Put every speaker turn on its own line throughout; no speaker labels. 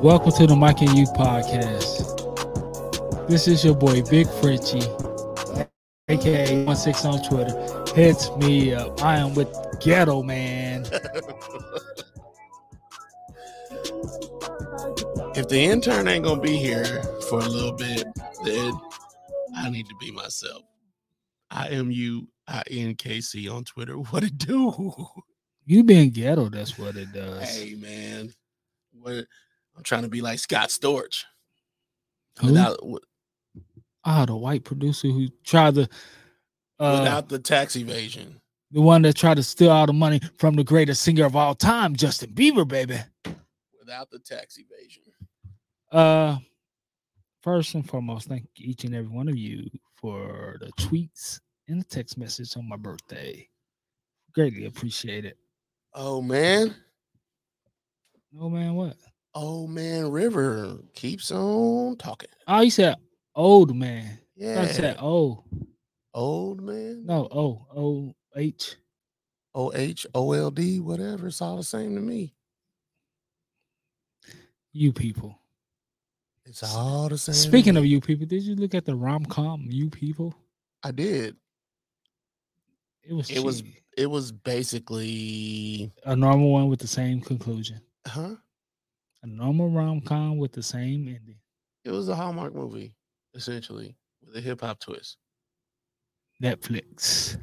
Welcome to the Mike and You podcast. This is your boy Big Frenchie, aka 16 on Twitter. Hits me up. I am with Ghetto Man.
If the intern ain't gonna be here for a little bit, then I need to be myself. I am you. I N K C on Twitter. What it do?
You being ghetto, that's what it does.
Hey man, what? I'm trying to be like Scott Storch.
Who?
Without, wi-
Ah, the white producer who tried to, uh,
without the tax evasion.
the one that tried to steal all the money from the greatest singer of all time, Justin Bieber, baby.
Without the tax evasion.
Uh, first and foremost, thank each and every one of you for the tweets and the text message on my birthday. Greatly appreciate it.
Oh man.
Oh man, what?
Oh man. River keeps on talking.
Oh, you said old man. I thought you said
Yeah.
oh
Old man.
no oh oh h.
O H O L D. Whatever. It's all the same to me.
You people.
It's all the same. to
Speaking
me.
of you people, did you look at the rom com You People?
I did.
It was
It was-
cheesy.
It was basically,
a normal one with the same conclusion.
huh?
A normal rom com with the same ending.
It was a Hallmark movie, essentially, with a hip hop twist.
Netflix.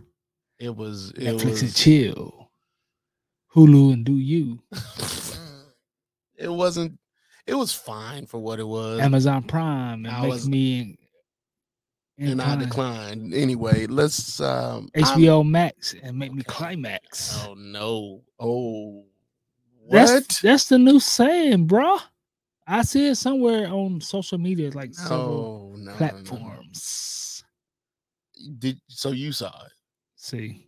It was. It
Netflix
was.
and chill. Hulu and do you.
it wasn't. It was fine for what it was,
Amazon Prime and
Uh, I
make
was-
me in,
and I declined anyway. Let's. um I'm-
HBO Max and make me
Okay.
climax.
Oh no! Oh, what?
That's- That's the new saying, bruh. I see it somewhere on social media, like several
Oh, no, no, no, no.
platforms.
Did so you saw it?
See,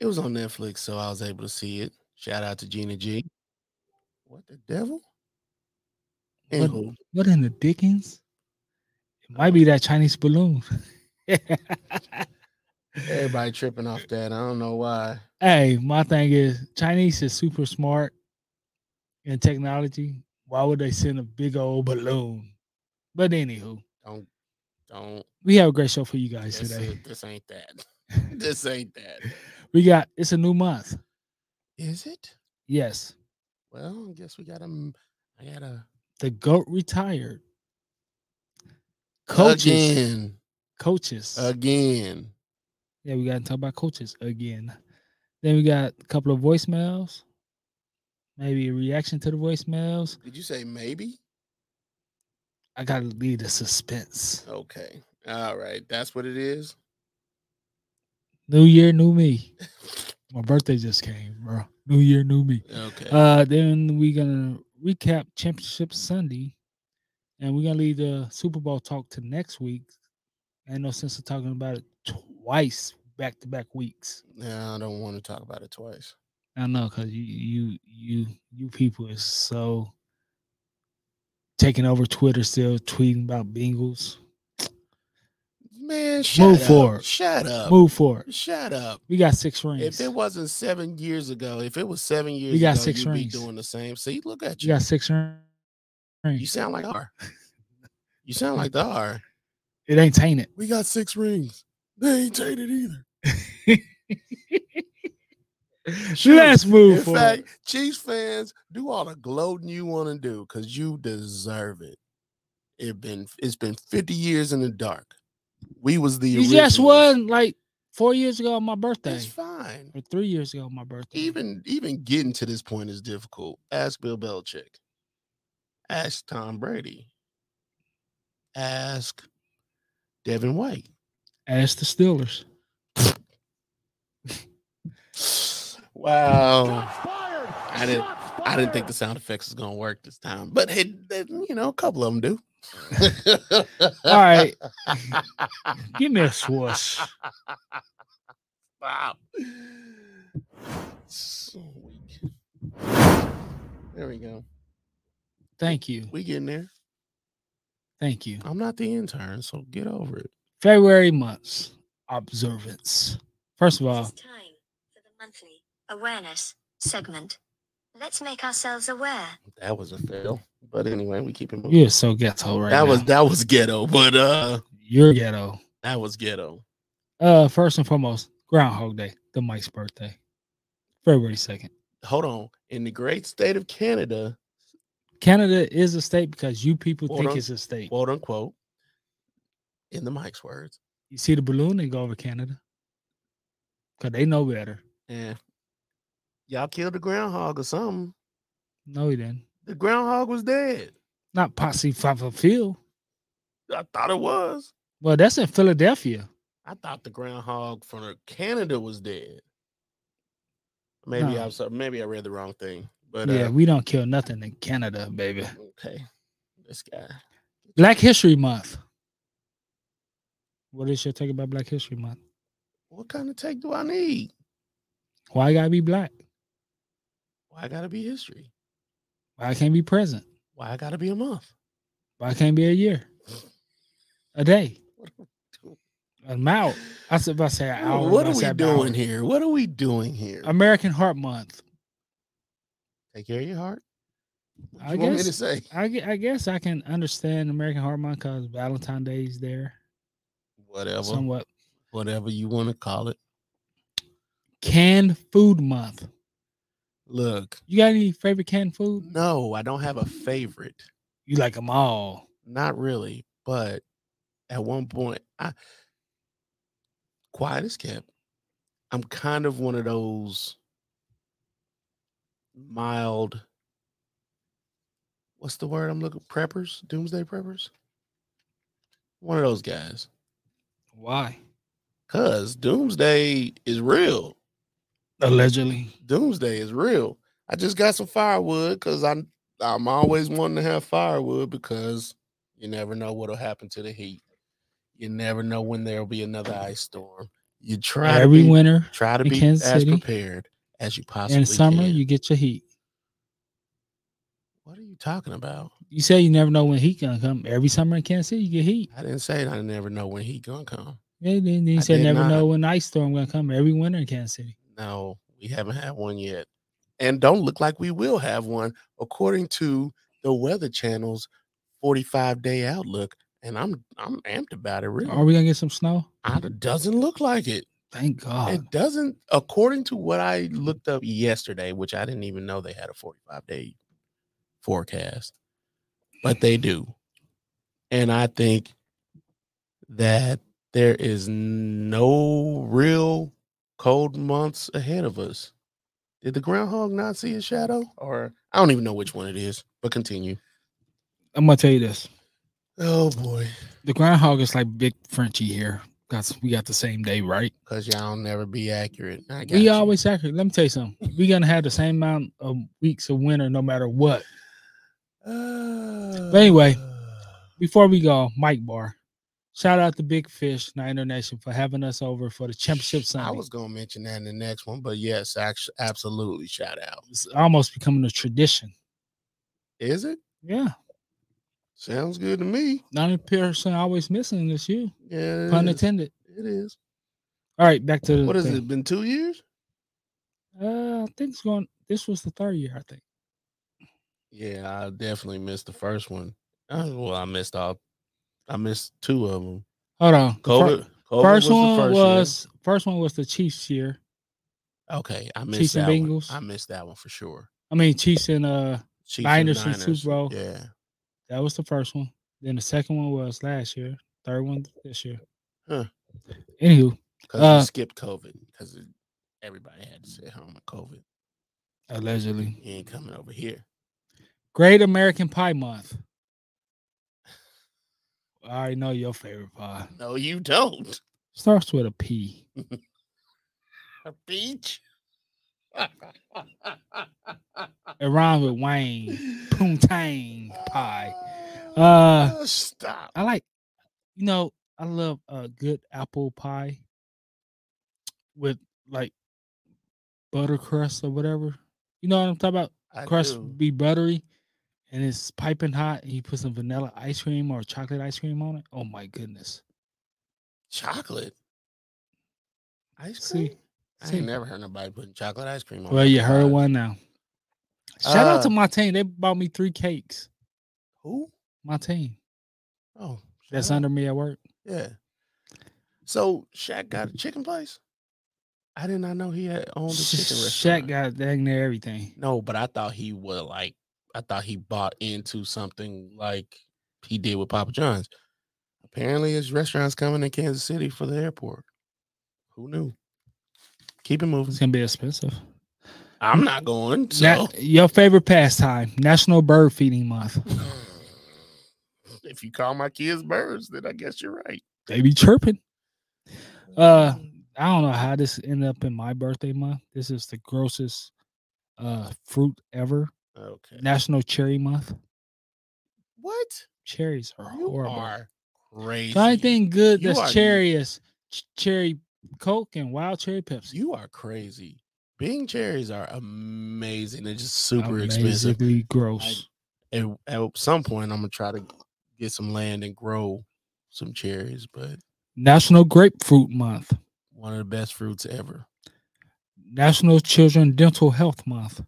It was on Netflix, so I was able to see it. Shout out to Gina G. What the devil?
what,
Anywho,
what in the dickens? It might
Oh.
be that Chinese balloon.
everybody tripping off that. I don't know why.
Hey, my thing is Chinese is super smart in technology. Why would they send a big old balloon? But anywho,
Don't don't
we have a great show for you guys
this,
today.
ain't- this ain't that. this ain't that.
We got it's a new month.
Is it?
Yes,
Well, I guess we got him. I got a
the goat retired. Coaches,
again,
coaches.
again.
yeah, we got to talk about coaches again. Then we got a couple of voicemails. Maybe a reaction to the voicemails.
Did you say maybe?
I gotta leave the suspense.
Okay, all right. That's what it is.
New year, new me. My birthday just came, bro. New year, new me.
Okay.
Uh, then we're gonna recap Championship Sunday, and we're gonna leave the Super Bowl talk to next week. Ain't no sense of talking about it twice back to back weeks.
no, I don't want to talk about it twice.
I know, cause you you you you people is so taking over Twitter, still tweeting about Bengals.
Man, shut up.
forward.
Shut up.
Move forward.
Shut up.
We got six
Uh, If
rings.
it wasn't seven years ago, if it was seven years
got
ago,
six
you'd
rings.
be doing the same. See, look at
We
you.
got six rin-
You
rings.
sound like R. You sound like the R.
It ain't tainted.
We got six rings. They ain't tainted either. Shoot.
Let's move
In
forward.
fact, Chiefs fans, do all the gloating you want to do because you deserve it. It been it's been 50 years in the dark. We was the
you just
originals.
won like four years ago on my birthday,
It's fine.
or three years ago on my birthday.
Even even getting to this point is difficult. Ask Bill Belichick. Ask Tom Brady. Ask Devin White.
ask the Steelers.
Wow. Oh, I didn't. I didn't think the sound effects was gonna work this time, but it, it- you know, a couple of them do.
All right, give me a swoosh.
Wow. So weak. There we go.
Thank you,
We getting there.
thank you.
I'm not the intern, so get over it.
February month's observance. First of
This
all,
is time for the monthly awareness segment. Let's make ourselves aware.
That was a fail. But anyway, we keep it moving.
You're so ghetto right now.
that was that was ghetto, but uh
You're ghetto.
that was ghetto.
Uh, first and foremost, Groundhog Day, the Mike's birthday, February second.
Hold on. In the great state of Canada,
Canada is a state because you people
Hold
think
on.
it's a state.
quote unquote, in the Mike's words,
you see the balloon and go over Canada because they know better.
yeah. Y'all killed the groundhog or something.
No, he didn't.
The groundhog was dead.
Not Posse Fafa Field.
I thought it was.
Well, that's in Philadelphia.
I thought the groundhog from the- Canada was dead. Maybe
No.
I'm sorry. Maybe I read the wrong thing. But
yeah,
uh,
we don't kill nothing in Canada, baby.
okay, this guy.
Black History Month. What is your take about Black History Month?
What kind of take do I need?
Why I gotta be black?
Why I gotta be history?
Why I can't be present?
Why I gotta be a month?
Why I can't be a year? A day?
What are we doing?
I'm out. I said, if I say an
What-
hour,
what
I
are we
said an hour.
doing here? What are we doing here?
American Heart Month.
Take care of your heart. What
I
you want me to
guess-
say?
I, gue- I guess I can understand American Heart Month because Valentine's Day is there
Whatever,
somewhat.
whatever you want to call it.
Canned Food Month.
Look,
You got any favorite canned food?
no, I don't have a favorite.
You like them all.
Not really, but at one point, I quiet as kept. I'm kind of one of those mild. What's the word I'm looking? Preppers, doomsday preppers. One of those guys.
Why?
Cause doomsday is real.
Allegedly.
Doomsday is real. I just got some firewood because I'm I'm always wanting to have firewood because you never know what'll happen to the heat. You never know when there'll be another ice storm. You try
Every
to be,
winter
try to
Mm. in
be as
Kansas City
prepared as you possibly
and summer,
can.
you get your heat.
what are you talking about?
You say you never know when heat gonna come. Every summer in Kansas City, you get heat.
I didn't say I never know when heat gonna come.
Yeah, then, then you
I
said
did
never
not.
know when ice storm gonna come. Every winter in Kansas City.
No, we haven't had one yet. And don't look like we will have one, according to the Weather Channel's 45 day outlook. And I'm I'm amped about it, really.
Are we gonna get some snow?
I- It doesn't look like it.
Thank God.
It doesn't, according to what I
Mm.
looked up yesterday, which I didn't even know they had a 45 day forecast, but they do. And I think that there is no real cold months ahead of us. Did the groundhog not see his shadow? Or I don't even know which one it is, but continue.
I'm gonna tell you this:
Oh boy.
the groundhog is like big Frenchie here. Got we got the same day, right?
Because y'all never be accurate. I got
we
you.
always accurate. Let me tell you something. We're gonna have the same amount of weeks of winter, no matter what.
Uh,
anyway. Before we go, Mike Bar, shout out to Big Fish Night International for having us over for the championship Sunday.
I was gonna mention that in the next one, but yes, actually, absolutely, shout out.
it's almost becoming a tradition.
Is it?
Yeah,
Sounds good to me.
ninety percent always missing is you.
Yeah, it
Pun
is.
intended.
It is.
All right, back to the
What has
thing.
it been? Two years?
Uh, I think it's going. This was the third year, I think.
Yeah, I definitely missed the first one. Uh, well, I missed all. I missed two of them.
Hold on. The fir-
COVID. COVID
First
was the
one
first year.
was first one was the Chiefs year.
okay. I missed
Chiefs and
that one.
Bengals.
I missed that one for sure.
I mean Chiefs and uh
Chiefs and
Niners and Super Bowl.
Yeah.
that was the first one. Then the second one was last year. Third one this year.
Huh.
Anywho,
Because
Uh,
we skipped COVID because everybody had to sit home with COVID.
allegedly,
He ain't coming over here.
Great American Pie Month. I already know your favorite pie
No, you don't.
starts with a P.
A beach.
It rhymes with Wayne Poontang Pie. Uh,
Oh, stop.
I like, you know, I love a good apple pie with like butter crust or whatever. You know what I'm talking about?
I
crust
do.
be buttery and it's piping hot and you put some vanilla ice cream or chocolate ice cream on it. Oh my goodness.
chocolate ice
See,
cream. I
see.
ain't never heard nobody putting chocolate ice cream on.
Well,
their
you heard
pies.
one now. Shout out
Uh,
to my team. They bought me three cakes.
Who?
My team.
Oh,
That's
shout out.
under me at work.
Yeah. So Shaq got a chicken place. I did not know he had owned a chicken restaurant.
Shaq got dang near everything.
no, but I thought he was like I thought he bought into something like he did with Papa John's. Apparently, his restaurant's coming in Kansas City for the airport. Who knew? Keep it moving.
It's gonna be expensive.
I'm not going. So.
Na- your favorite pastime, National Bird Feeding Month.
if you call my kids birds, then I guess you're right.
They be chirping. Uh, I don't know how this ended up in my birthday month. This is the grossest uh fruit ever.
Okay.
National Cherry Month.
What?
Cherries are
You
horrible.
are crazy.
The only thing good
You
that's
are-
cherry is ch- cherry Coke and wild cherry Pepsi.
You are crazy. Bing cherries are amazing. They're just super expensive.
Amazingly gross.
And at some point, I'm gonna try to get some land and grow some cherries. But
National Grapefruit Month.
one of the best fruits ever.
National Children Dental Health Month.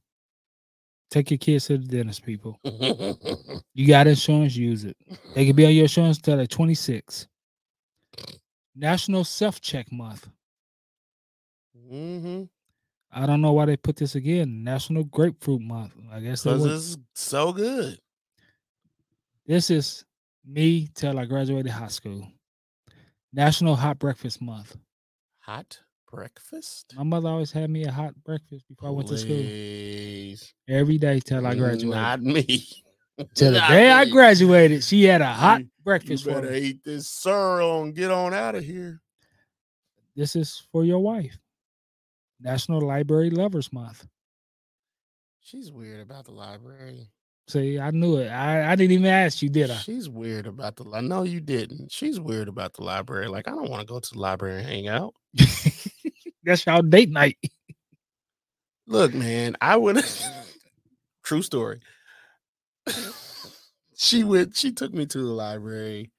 Take your kids to the dentist, people. Mm-hmm. You got insurance, use it. They can be on your insurance till they're 26. National Self Check Month.
mm-hmm.
I don't know why they put this again. National Grapefruit Month. I guess that
Cause
was,
it's so good.
this is me till I graduated high school. National Hot Breakfast Month.
Hot breakfast.
My mother always had me a hot breakfast before I went to school.
Please.
Every day till I graduated.
Mm, Not me.
till the
Not
day I
me.
graduated, she had a hot
You- You
breakfast for
better
me.
eat this sorrel and get on out of here.
This is for your wife. National Library Lovers Month.
She's weird about the library.
See, I knew it. I, I didn't even ask you, did I?
She's weird about the. I know you didn't. She's weird about the library. Like I don't want to go to the library and hang out.
That's y'all date night.
Look, man, I would. True story. she went. She took me to the library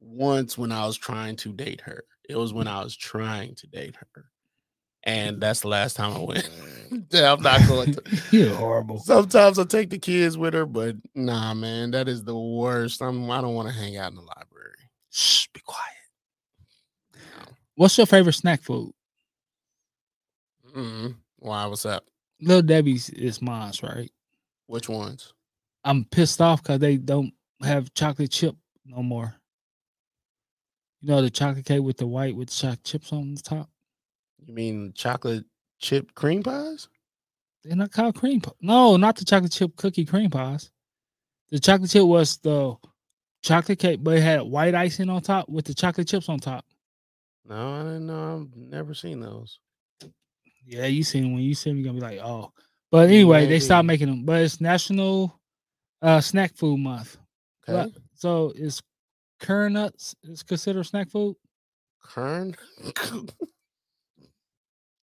once when I was trying to date her. It was when I was trying to date her, and that's the last time I went. I'm not going to.
You're horrible.
Sometimes I take the kids with her, but nah, man, that is the worst. I'm, I don't want to hang out in the library.
Shh, be quiet. What's your favorite snack food?
Mm. Why? What's up?
Little Debbie's is mine's, right?
Which ones?
I'm pissed off because they don't have chocolate chip no more. You know the chocolate cake with the white with chocolate chips on the top.
You mean chocolate chip cream pies?
They're not called cream pie. No, not the chocolate chip cookie cream pies. The chocolate chip was the chocolate cake, but it had white icing on top with the chocolate chips on top.
No, I didn't know. I've never seen those.
Yeah, you seen it. when you see them, you're gonna be like, oh. But anyway, they stopped
Maybe.
making them. But it's National uh, Snack Food Month,
Okay.
Well- so is currant nuts is considered snack food.
Corn.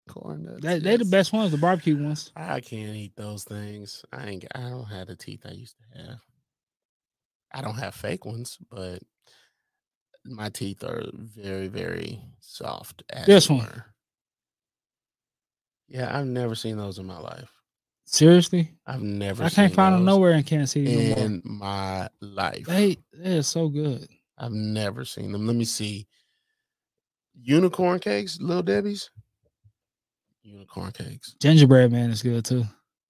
Corn nuts.
They, they the
yes.
best ones, the barbecue ones.
I can't eat those things. I ain't. I don't have the teeth I used to have. I don't have fake ones, but my teeth are very, very soft. as
This
it
one.
were. Yeah, I've never seen those in my life.
Seriously,
I've never.
I can't
seen
find them
those
nowhere in Kansas City no more.
in my life.
They they are so good.
I've never seen them. Let me see. Unicorn cakes, little Debbie's. Unicorn cakes.
Gingerbread man is good too.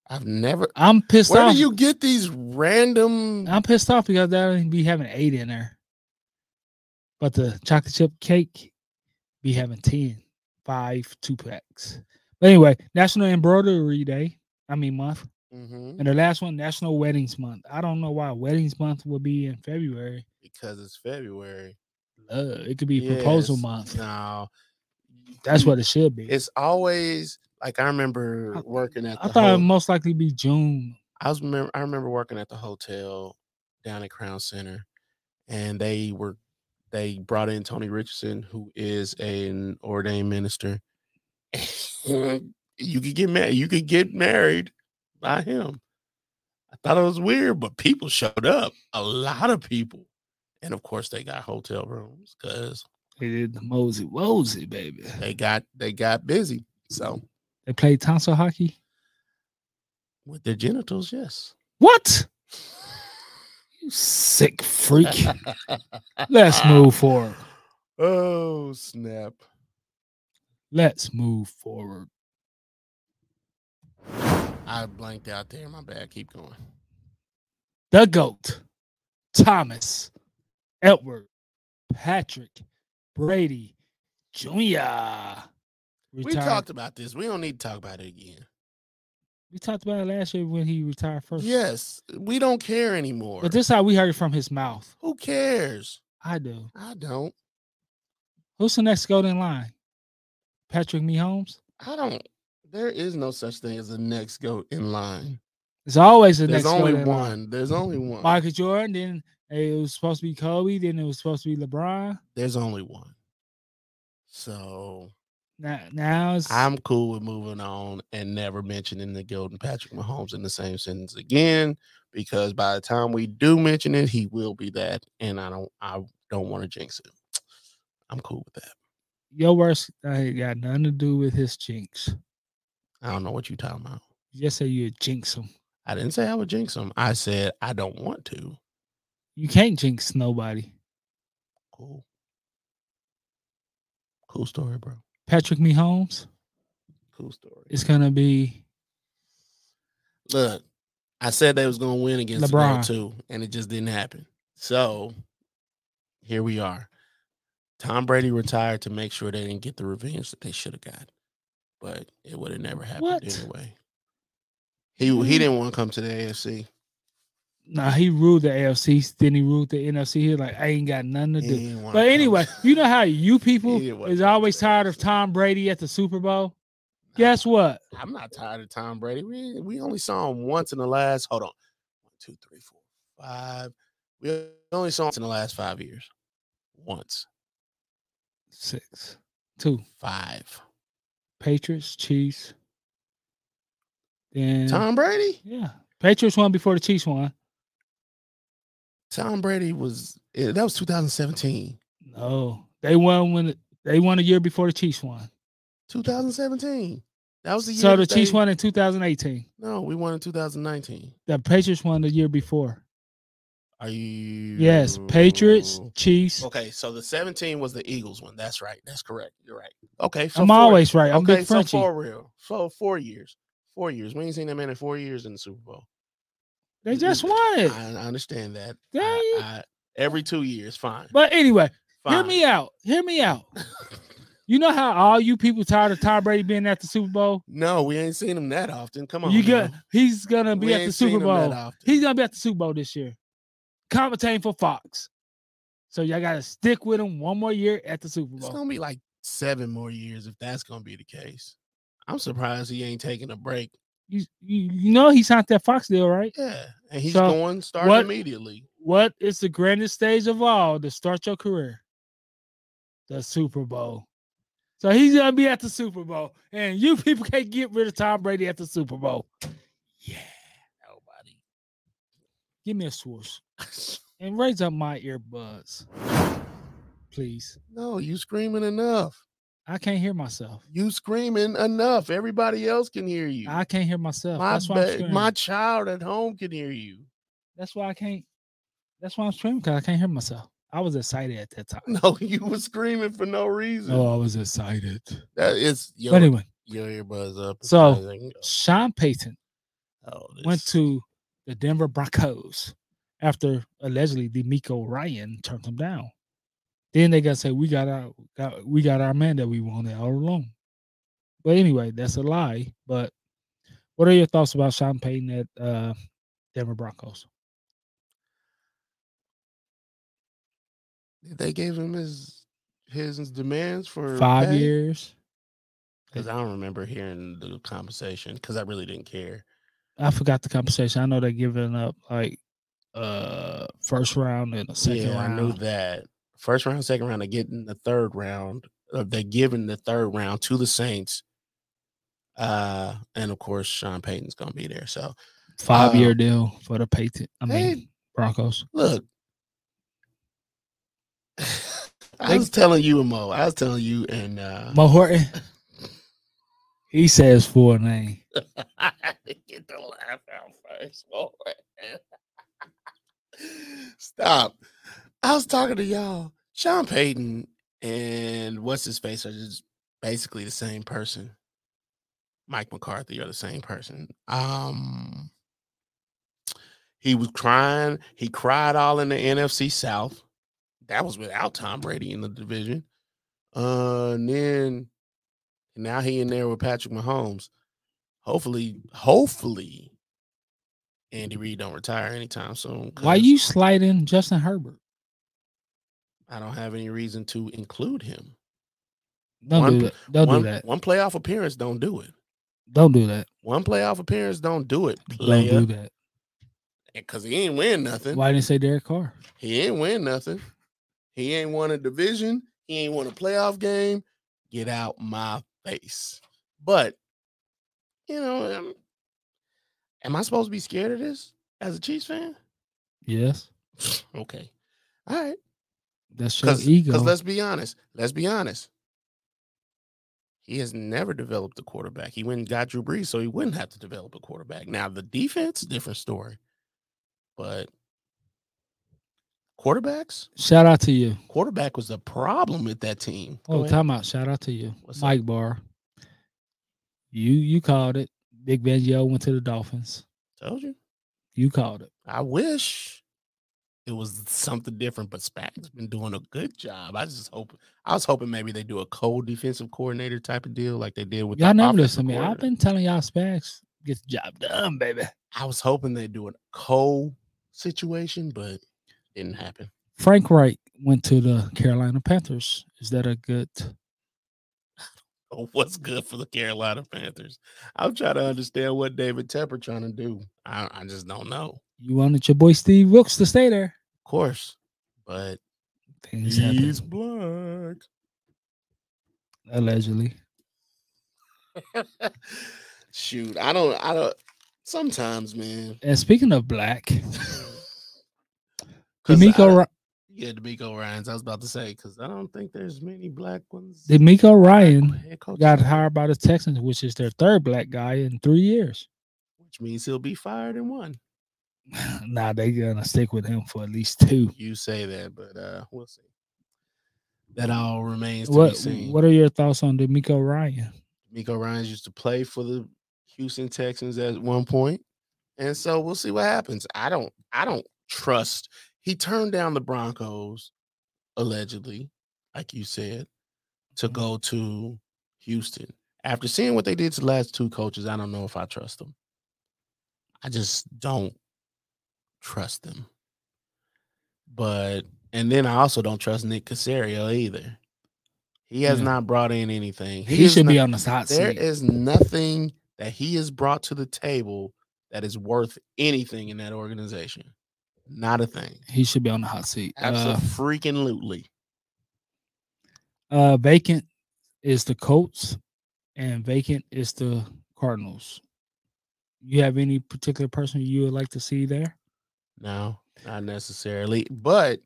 I've never.
I'm pissed
Where
off.
do you get these random?
I'm pissed off because they don't be having eight in there. But the chocolate chip cake be having 10, five, two packs. But anyway, National Embroidery Day, I mean month.
Mhm.
And the last one, National Weddings Month. I don't know why Weddings Month would be in February.
because it's February.
Uh, it could be proposal
Yes.
month.
No,
That's
you-
what it should be.
it's always like. I remember
I-
working at. The
I thought
ho-
it'd most likely be June.
I was remember I remember working at the hotel down at Crown Center, and they were they brought in Tony Richardson, who is an ordained minister. you could get married. You could get married by him. I thought it was weird, but people showed up. A lot of people, and of course they got hotel rooms because
They did the Mosey Wosey, baby.
they got they got busy. So
They played tonsil hockey.
With their genitals, yes.
What? You sick freak. Let's move forward.
Oh, snap.
Let's move forward.
I blanked out there. My bad. Keep going.
The GOAT, Thomas, Edward, Patrick, Brady, Jr.
We
retired-
talked about this. We don't need to talk about it again.
we talked about it last year when he retired first.
Yes, we don't care anymore.
But this is how we heard it from his mouth.
Who cares?
I do.
I don't.
Who's the next GOAT in line? Patrick Mahomes?
I don't. There is no such thing as the next goat in line.
There's always the
There's
next
only
GOAT in line.
one. There's only one.
Michael Jordan, then it was supposed to be Kobe, then it was supposed to be LeBron.
There's only one. So
Now, now it's
I'm cool with moving on and never mentioning the goat and Patrick Mahomes in the same sentence again because by the time we do mention it, he will be that, and I don't. I don't want to jinx it. I'm cool with that.
your worst. I ain't got nothing to do with his jinx.
I don't know what you're talking about.
You just say you jinx him.
I didn't say I would jinx him. I said I don't want to.
You can't jinx nobody.
Cool. Cool story, bro.
Patrick Mahomes
Cool story.
is gonna be
Look, I said they was gonna win against LeBron
LeBron.
too, and it just didn't happen. So here we are. Tom Brady retired to make sure they didn't get the revenge that they should have got, but it would have never happened
What?
anyway. He he
Mm.
didn't want to come to the AFC.
nah. He ruled the AFC, then he ruled the NFC. He like I ain't got nothing to
He
do.
didn't wanna
But
come
anyway,
to-
you know how you people
He didn't wanna
is
come to
always
the
tired of
AFC.
Tom Brady at the Super Bowl.
Nah.
Guess what?
I'm not tired of Tom Brady. We we only saw him once in the last. Hold on, one, two, three, four, five. We only saw him in the last five years. Once,
Six, two,
five.
Patriots, Chiefs. Then
Tom Brady.
yeah, Patriots won before the Chiefs won.
Tom Brady was eh, that was 2017.
No, they won when the- they won a year before the Chiefs won.
2017. That was the year.
So the
that
Chiefs
they-
won in 2018.
No, we won in 2019.
The Patriots won the year before.
Are you?
Yes, Patriots, Chiefs.
Okay, so the 17 was the Eagles one. That's right. That's correct. You're right. Okay, so
I'm
four-
always right. I'm
okay,
Big
so
Frenchie.
for real, so four years, four years. We ain't seen that man in four years in the Super Bowl.
they just won
I,
it.
I understand that. I-
Dang.
I- every two years, fine.
But anyway, hear
fine.
me out. Hear me out. You know how all you people tired of Tom Brady being at the Super Bowl?
No, we ain't seen him that often. Come on,
you
now.
got he's gonna be
We
at the
ain't seen
Super
him that
Bowl.
often.
He's gonna be at the Super Bowl this year. Commentating for Fox. So y'all gotta stick with him one more year at the Super
It's
Bowl.
gonna be like seven more years if that's gonna be the case. I'm surprised he ain't taking a break.
You, you, you know he signed that Fox deal, right?
Yeah, and he's
So,
going starting
what-
immediately.
What is the grandest stage of all to start your career? The Super Bowl. So he's gonna be at the Super Bowl, and you people can't get rid of Tom Brady at the Super Bowl.
Yeah, nobody.
Give me a swoosh and raise up my earbuds, please.
no, you screaming enough.
I can't hear myself.
You screaming enough. Everybody else can hear you.
I can't hear myself.
my
that's why I'm
ba-
screaming.
my child at home can hear you.
That's why I can't. That's why I'm screaming because I can't hear myself. I was excited at that time.
No, you were screaming for no reason.
Oh, I was excited.
That is your,
But anyway,
your earbuds up. as
So,
high as they can go.
Sean Payton
Oh,
went
this-
to the Denver Broncos after allegedly D'Amico Ryan turned him down. Then they gotta say we got our got, we got our man that we wanted all along. But anyway, that's a lie. But what are your thoughts about Sean Payton at uh, Denver Broncos?
they gave him his his demands for
Five
pay?
years.
Because I don't remember hearing the conversation because I really didn't care.
I forgot the conversation. I know they're giving up like uh first round and a second
yeah,
round.
I knew that. First round, second round, they're getting the third round. Uh, they're giving the third round to the Saints. Uh, and of course, Sean Payton's gonna be there. So
Five
Uh,
year deal for the Payton. I mean
hey.
Broncos.
look. I
They-
was telling you and Mo. I was telling you and uh
Mo Horton. He says full name.
I had to get the laugh out first. Lord. Stop. I was talking to y'all. Sean Payton and what's his face are just basically the same person. Mike McCarthy are the same person. Um he was crying. He cried all in the NFC South. That was without Tom Brady in the division. Uh and then now he in there with Patrick Mahomes hopefully, hopefully, Andy Reid don't retire anytime soon. 'cause
Why you sliding Justin Herbert?
I don't have any reason to include him.
Don't
One-
do that. Don't
one,
do that.
one playoff appearance, don't do it.
Don't do that.
One playoff appearance, don't do it,
Don't do
player,
that.
because he ain't win nothing.
Why didn't say Derek Carr?
He ain't win nothing. He ain't won a division. He ain't won a playoff game. Get out my face. But you know, um, am I supposed to be scared of this as a Chiefs fan?
Yes,
Okay, all right.
that's your
Because
ego.
let's be honest. Let's be honest. He has never developed a quarterback. He went and got Drew Brees, so he wouldn't have to develop a quarterback. Now the defense, different story. But quarterbacks,
Shout out to you.
quarterback was the problem with that team. Go
Oh,
ahead.
time out. Shout out to you,
What's up?
Mike Barr. You you called it. Big Ben Yo went to the Dolphins.
Told you.
You called it.
I wish it was something different, but Spags been doing a good job. I just hope I was hoping maybe they do a cold defensive coordinator type of deal like they did with the
y'all never
offensive
listen to me. I've
coordinator.
been telling y'all Spags get the job done, baby.
I was hoping they'd do a co situation, but didn't happen.
Frank Wright went to the Carolina Panthers. Is that a good?
Oh, What's good for the Carolina Panthers? I'm trying to understand what David Tepper trying to do. I, I just don't know.
You wanted your boy Steve Wilkes to stay there.
Of course, but
Things
he's,
happen
black.
allegedly.
Shoot, I don't. I don't. Sometimes, man.
And speaking of black,
'Cause I-
D'Amico, Ry-
yeah, D'Amico Ryan's. I was about to say because I don't think there's many black ones.
D'Amico Ryan
head coaches
got
out there,
hired by the Texans, which is their third black guy in three years.
which means he'll be fired in one.
Nah, they gonna stick with him for at least two.
you say that, but uh we'll see. That all remains to be
What
seen.
What are your thoughts on D'Amico Ryan?
Miko Ryan's used to play for the Houston Texans at one point, and so we'll see what happens. I don't, I don't trust. He turned down the Broncos, allegedly, like you said, to
Mhm.
go to Houston. After seeing what they did to the last two coaches, I don't know if I trust them. I just don't trust them. But and then I also don't trust Nick Casario either. He has
Yeah.
not brought in anything.
He,
is
should
not-
be on the hot
there
seat.
is nothing that he has brought to the table that is worth anything in that organization. Not a thing.
He should be on the hot seat. Uh,
Absolutely freaking lootly.
uh, vacant is the Colts, and vacant is the Cardinals. You have any particular person you would like to see there?
No, not necessarily. But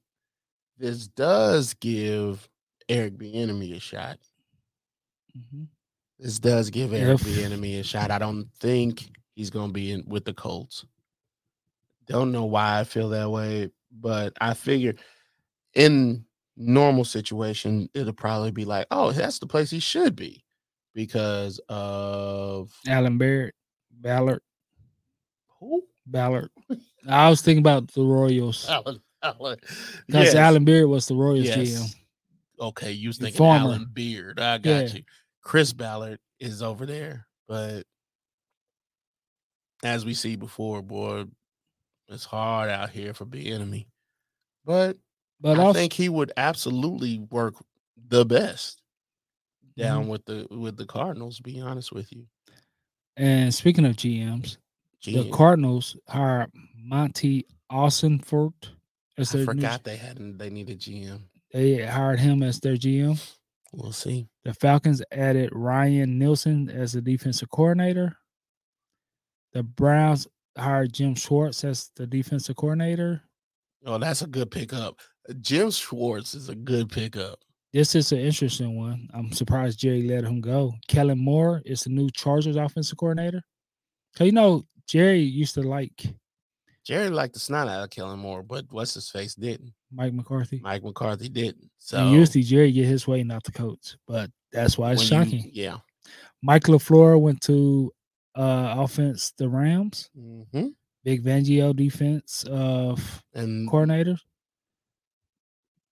this does give Eric B. Enemy a shot.
hmm
Mm-hmm. This does give Eric
If-
B. Enemy a shot. I don't think he's gonna be in with the Colts. Don't know why I feel that way, but I figure in normal situation, it'll probably be like, oh, that's the place he should be because of
Alan Barrett, Ballard,
who?
Ballard. I was thinking about the Royals
Alan. Alan.
because
Oh, Yes,
Alan Barrett was the Royals
yes.
GM.
Okay, you was
The
thinking
former.
Alan Beard. I got
Yeah.
you. Chris Ballard is over there, but as we see before, boy, it's hard out here for the enemy. But
But
I
also,
think he would absolutely work the best down
Mhm.
with the with the Cardinals. To be honest with you,
and speaking of GMs, the
GM.
Cardinals hired Monty Austinfort as their
I
new-
forgot they hadn't. They needed GM.
they hired him as their GM.
We'll see.
The Falcons added Ryan Nielsen as the defensive coordinator. The Browns hired Jim Schwartz as the defensive coordinator.
Oh, that's a good pickup. Jim Schwartz is a good pickup.
This is an interesting one. I'm surprised Jerry let him go. Kellen Moore is the new Chargers offensive coordinator. Cause you know Jerry used to like
Jerry liked the snot out of Kellen Moore, but what's his face didn't.
Mike McCarthy.
Mike McCarthy didn't. So
And usually Jerry get his way, not the coach. But that's why it's
when you-
shocking.
yeah.
Mike LaFleur went to uh offense the Rams.
hmm
Big Vangio defense of
And
coordinator.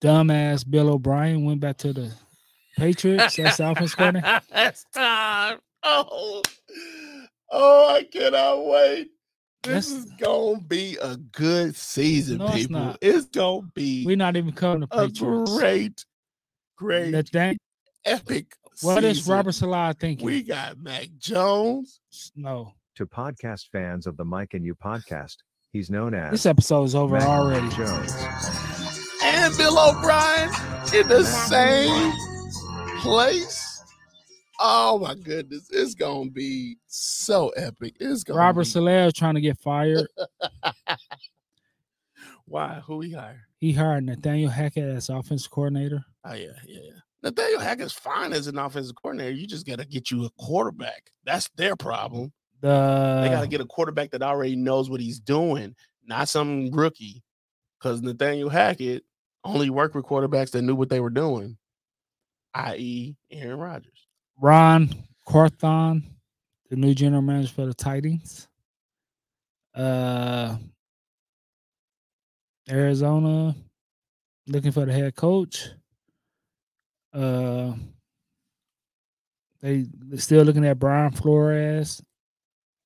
Dumbass Bill O'Brien went back to the Patriots as the offense coordinator.
That's time. Oh, oh, I cannot wait. This
That's-
is gonna be a good season,
No, it's
people.
not.
It's gonna be
We're not even covering the
a
Patriots.
great, great,
The thing,
epic.
what is
season.
Robert Salah thinking?
We got Mac Jones.
no,
To podcast fans of the Mike and You podcast, he's known as
this episode is over
Mac
already.
Jones.
and Bill O'Brien in the same place. Oh my goodness, it's gonna be so epic. It's gonna
Robert
be,
Salah is trying to get fired.
Why? Who we hire?
He hired Nathaniel Hackett as offense coordinator.
Oh yeah, yeah. yeah. Nathaniel Hackett's fine as an offensive coordinator. You just gotta get you a quarterback. That's their problem.
The
They gotta get a quarterback that already knows what he's doing, not some rookie. Because Nathaniel Hackett only worked with quarterbacks that knew what they were doing, i.e., Aaron Rodgers.
Ron Carthon, the new general manager for the Titans. Uh, Arizona, looking for the head coach. Uh, they they're still looking at Brian Flores.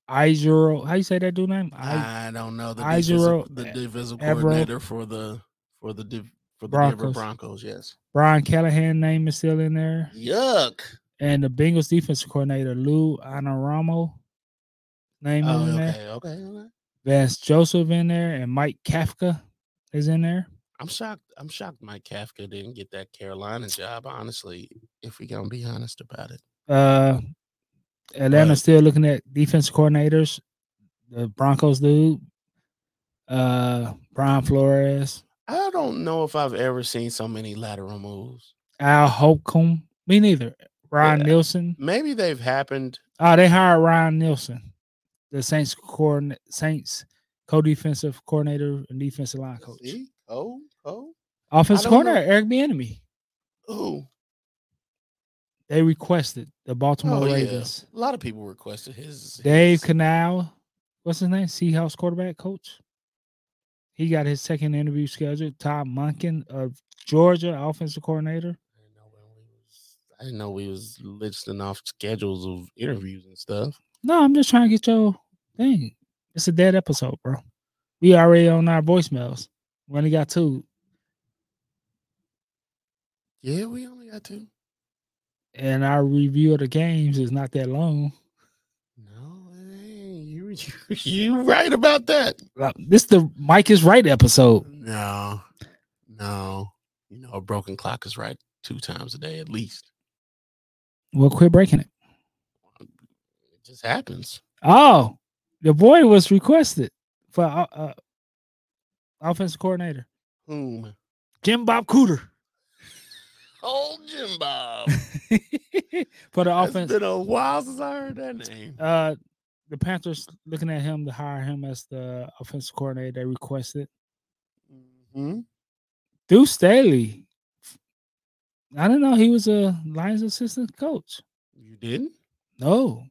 Izero, how you say that dude name? I,
I don't know the
Izero-
divisive, the
A-
divisive
Avro-
coordinator for the for the div, for the Denver
Broncos.
Broncos. Yes.
Brian Callahan name is still in there,
Yuck.
and the Bengals defensive coordinator Lou Anaramo name is
Oh,
in there.
okay, okay. okay.
Vance Joseph in there and Mike Kafka is in there.
I'm shocked. I'm shocked. Mike Kafka didn't get that Carolina job. Honestly, if we're gonna be honest about it,
Uh Atlanta's still looking at defense coordinators. The Broncos dude, uh, Brian Flores,
I don't know if I've ever seen so many lateral moves.
Al Holcomb. Me neither. Ryan
Yeah.
Nielsen.
Maybe they've happened.
Oh, they hired Ryan Nielsen, the Saints coordin- Saints co-defensive coordinator and defensive line coach.
See? Oh, oh,
Offensive
don't know.
coordinator Eric Bieniemy.
oh.
They requested the Baltimore
Oh, yeah.
Ravens.
A lot of people requested his.
Dave
his-
Canal, what's his name? Seahawks quarterback coach. He got his second interview scheduled. Todd Munkin of Georgia, offensive coordinator.
I didn't know when we was. I didn't know we was listing off schedules of interviews and stuff.
No, I'm just trying to get your thing. It's a dead episode, bro. We already on our voicemails. We only got two,
Yeah, we only got two.
and our review of the games is not that long.
No, it ain't. you you you right about that?
Like, This the Mike is right episode.
No, no. You know, a broken clock is right two times a day at least.
We'll quit breaking it.
It just happens.
Oh, the boy was requested for uh, uh, offensive coordinator
Whom?
Jim Bob Cooter.
Old Jim Bob.
for the
It's
offense.
been a while since I heard that name.
Uh, the Panthers looking at him to hire him as the offensive coordinator. They requested
hmm
Deuce Staley. I didn't know he was a Lions assistant coach.
You didn't?
No.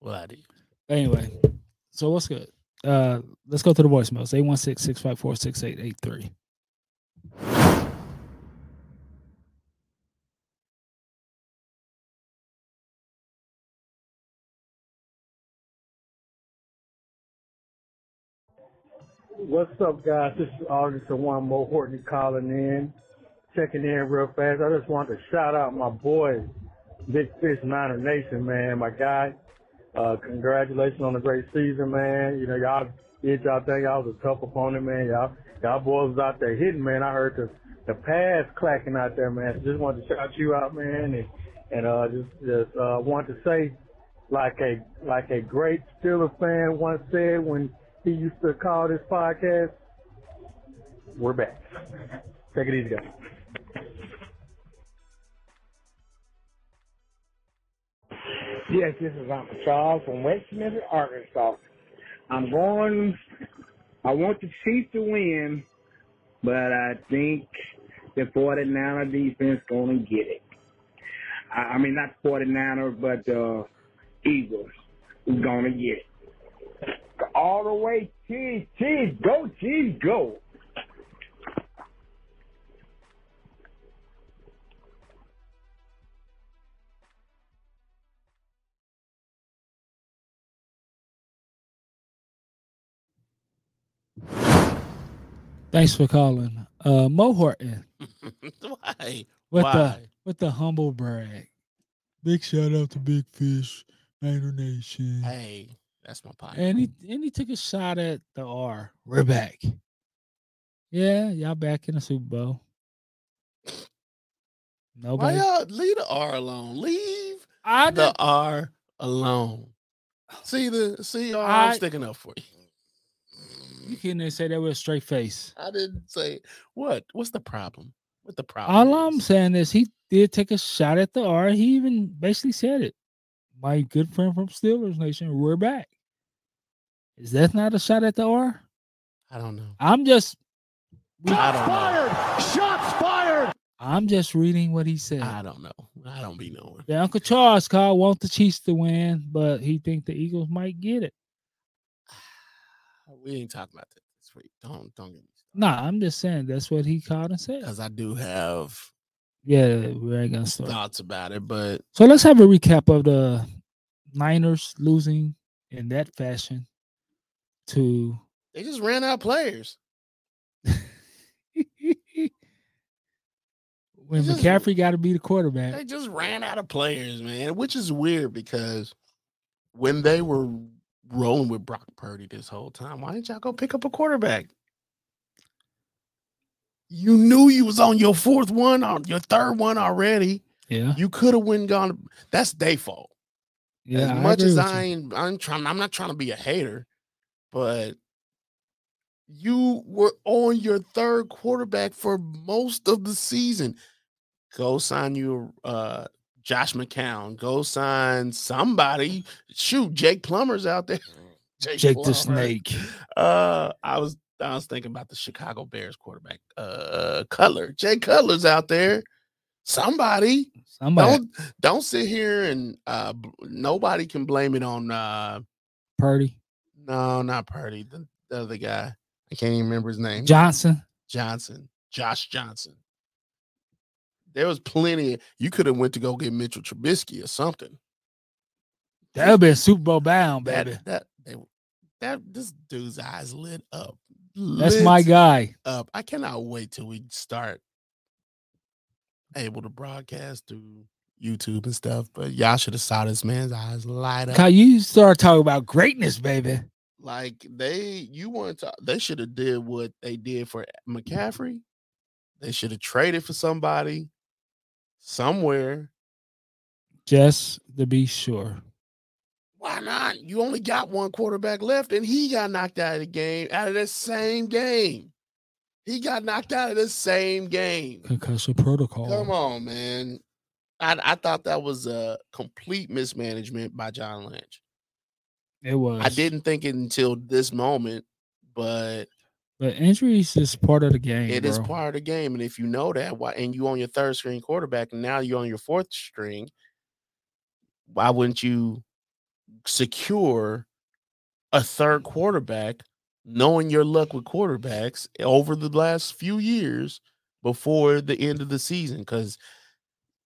Well, I did.
Anyway, so what's good? Uh, let's go to the voicemails. 816-654-6883.
What's up, guys? This is Auditor One Mo Horton calling in, checking in real fast. I just wanted to shout out my boy, Big Fish Niner Nation, man, my guy. Uh, congratulations on the great season, man. You know, y'all did y'all thing. Y'all was a tough opponent, man. Y'all, y'all boys was out there hitting, man. I heard the the pass clacking out there, man. So just wanted to shout you out, man, and and uh, just just uh, wanted to say like a like a great Steelers fan once said when he used to call this podcast. We're back. Take it easy, guys. Yes, this is Uncle Charles from Westminster, Arkansas. I'm going. I want the Chiefs to win, but I think the 49er defense going to get it. I, I mean, not 49er, but the uh, Eagles is going to get it. All the way, Chiefs, Chiefs, go, Chiefs, go.
Thanks for calling. Uh Mo Horton
Why?
with
Why?
the with the humble brag. Big shout out to Big Fish, Niner Nation.
Hey, that's my pocket.
And he and he took a shot at the R. We're back. Yeah, y'all back in the Super Bowl.
Why
Nobody.
y'all leave the R alone? Leave
I
the
did,
R alone. See the see R
I-
I'm sticking up for
you
you.
can't even say that with a straight face.
I didn't say what. What's the problem? What the problem?
All I'm
is?
saying is he did take a shot at the R. He even basically said it. My good friend from Steelers Nation, we're back. Is that not a shot at the R?
I don't know.
I'm just
I don't know.
I'm just reading what he said.
I don't know. I don't be knowing.
The Uncle Charles called want the Chiefs to win, but he think the Eagles might get it.
We ain't talking about that this week. Don't don't get me
Nah, I'm just saying that's what he called and said.
because I do have
Yeah, we ain't gonna start.
thoughts about it, but
So let's have a recap of the Niners losing in that fashion to
they just ran out of players.
when
This is-
McCaffrey got to be the quarterback.
They just ran out of players, man, which is weird because when they were rolling with Brock Purdy this whole time, why didn't y'all go pick up a quarterback? You knew you was on your fourth one on your third one already.
Yeah,
You could have went gone. That's their fault.
yeah.
as much
agree
as
with you.
I ain't, I'm trying, I'm not trying to be a hater, but you were on your third quarterback for most of the season. Go sign you, uh, Josh McCown. Go sign somebody. Shoot, Jake Plummer's out there.
Mm, Jake the
Plummer.
Snake.
Uh, I was I was thinking about the Chicago Bears quarterback, uh, Cutler. Jay Cutler's out there. Somebody
Somebody
don't don't sit here and uh b- nobody can blame it on uh
Purdy
no not Purdy the, the other guy I can't even remember his name
Johnson.
Johnson Josh Johnson there was plenty of, you could have went to go get Mitchell Trubisky or something
That'll be a Super Bowl bound,
that
baby.
that they, that this dude's eyes lit up
That's my
Lit
guy.
up I cannot wait till we start able to broadcast through YouTube and stuff but y'all should have saw this man's eyes light up
Kyle, you start talking about greatness, baby.
like they you want to they should have did what they did for McCaffrey. They should have traded for somebody somewhere.
Just to be sure.
Why not? You only got one quarterback left, and he got knocked out of the game out of that same game. He got knocked out of the same game.
Concussion protocol.
Come on, man. I, I thought that was a complete mismanagement by John Lynch.
It was.
I didn't think it until this moment, but
But injuries is part of the game.
It is
bro.
part of the game, and if you know that, why and you on your third string quarterback, and now you're on your fourth string, why wouldn't you secure a third quarterback, knowing your luck with quarterbacks eh, over the last few years before the end of the season? Because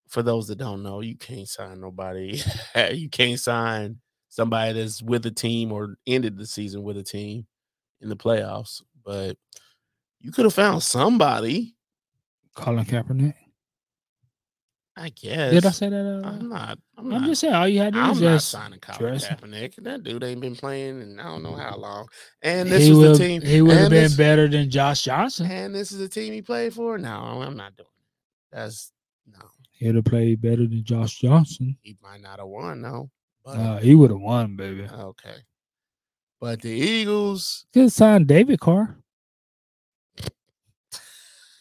for those that don't know, you can't sign nobody. you can't sign somebody that's with a team or ended the season with a team in the playoffs, but you could have found somebody,
Colin Kaepernick.
I guess.
Did I say that? Uh,
I'm not. I'm,
I'm
not,
just saying all you had to do
I'm
is
not
just
signing Colin
dress-
Kaepernick. That dude ain't been playing, and I don't know how long. And this
he
was
would-
the team.
He would have
and
been
this-
better than Josh Johnson.
And this is the team he played for. No, I'm not doing. It. That's no.
He would have played better than Josh Johnson.
He might not have won. No. But,
Uh, he would have won, baby.
okay. But the Eagles.
Good sign, David Carr.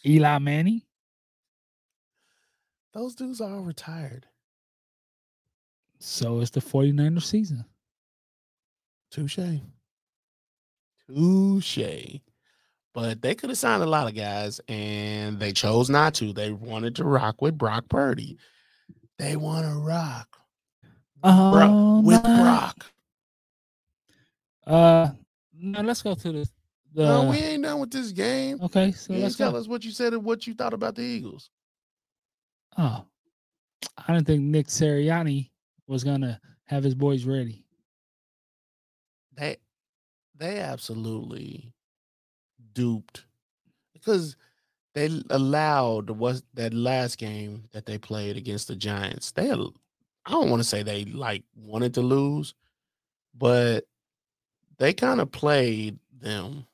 Eli Manning.
Those dudes are all retired.
So it's the 49er season.
Touche. Touche. But they could have signed a lot of guys and they chose not to. They wanted to rock with Brock Purdy. They want to rock
Oh
Brock
All
with
night.
Brock.
Uh, now let's go to the. the
no, we ain't done with this game.
okay, Oh, so
You
let's
ain't
go.
tell us what you said and what you thought about the Eagles.
Oh, I didn't think Nick Seriani was gonna have his boys ready.
They they absolutely duped because they l- allowed was that last game that they played against the Giants. They al- I don't want to say they like wanted to lose, but they kind of played them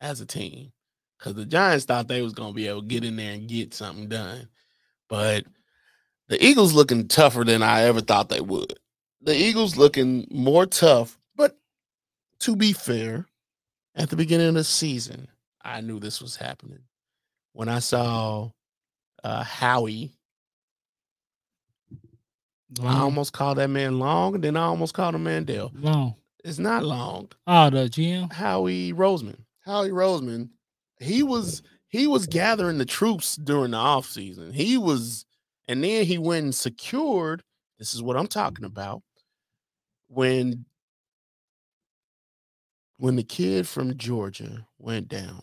as a team because the Giants thought they was gonna be able to get in there and get something done, but the Eagles looking tougher than I ever thought they would. The Eagles looking more tough, but to be fair, at the beginning of the season, I knew this was happening. When I saw uh, Howie, I
Long,
almost called that man Long, and then I almost called him Mandel.
long.
It's not Long.
Oh, the GM.
Howie Roseman. Howie Roseman, he was he was gathering the troops during the offseason. He was and then he went and secured this is what I'm talking about. When when the kid from Georgia went down,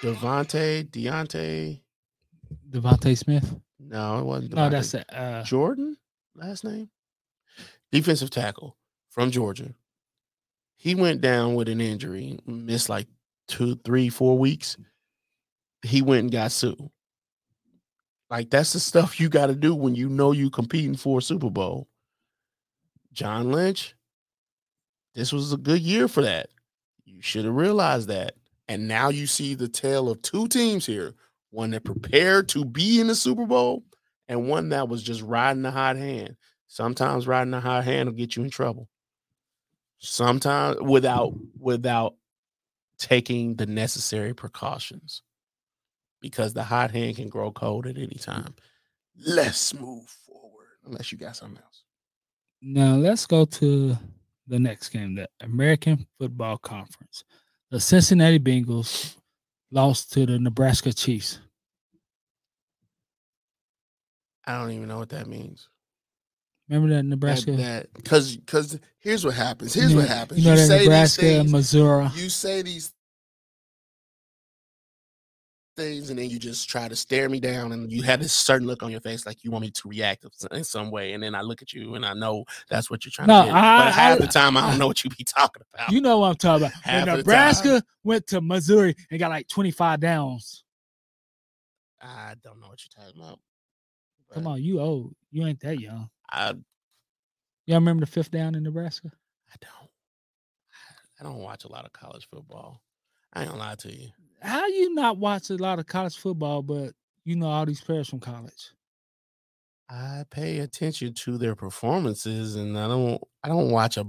Devontae, Deontay,
Devontae Smith.
no, it wasn't.
No,
Devontae.
that's it. Uh,
Jordan, last name, defensive tackle from Georgia. He went down with an injury, missed like two, three, four weeks. He went and got sued. Like that's the stuff you got to do when you know you competing for a Super Bowl. John Lynch, this was a good year for that. You should have realized that. And now you see the tale of two teams here one that prepared to be in the Super Bowl and one that was just riding the hot hand. Sometimes riding the hot hand will get you in trouble. Sometimes without without taking the necessary precautions. Because the hot hand can grow cold at any
Mm-hmm.
time. Let's move forward. Unless you got something else.
now let's go to the next game, the American Football Conference. The Cincinnati Bengals lost to the Nebraska Chiefs.
I don't even know what that means.
Remember that Nebraska?
that because because here's what happens. Here's
you
what
know-
happens.
You know that
say
Nebraska,
these things,
Missouri.
you say these things, and then you just try to stare me down, and you have this certain look on your face, like you want me to react of s- in some way. And then I look at you, and I know that's what you're trying
No,
to. Get.
I-
but half
I-
the time, I don't know what you be talking about.
You know what I'm talking about.
Half the
When Nebraska went to Missouri and got like 25 downs.
I don't know what you're talking about.
Come
but
on, you old. You ain't that young.
I
Y'all remember the fifth down in Nebraska?
I don't. I don't watch a lot of college football. I ain't gonna lie to you.
How you not watch a lot of college football, but you know all these players from college?
I pay attention to their performances and I don't I don't watch a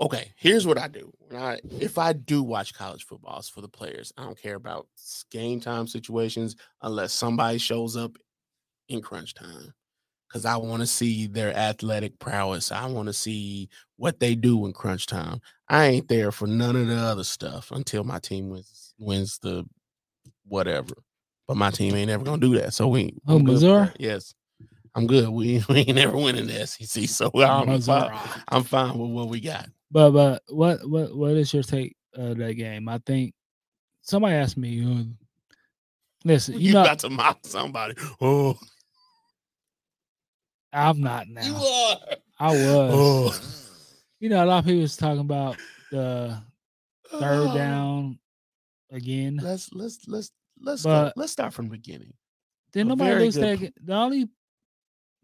okay, here's what I do. When I if I do watch college football, it's for the players. I don't care about s- game time situations unless somebody shows up in crunch time. Cause I want to see their athletic prowess. I want to see what they do in crunch time. I ain't there for none of the other stuff until my team wins wins the whatever. But my team ain't ever gonna do that. So we
Oh,
I'm good with
Missouri?
that. Yes. I'm good. We, we ain't never winning the SEC. So I'm fine.
Missouri.
I'm fine with what we got.
But but what what what is your take of that game? I think somebody asked me. You know, listen,
You,
you know
about to mock somebody. Oh,
I'm not now.
you are.
I was.
Oh.
You know, a lot of people was talking about the third
Oh.
down again.
Let's let's let's let's go.
But-
Let's start from the beginning.
Did
A
nobody
very
lose
good
that?
pl-
ga- The only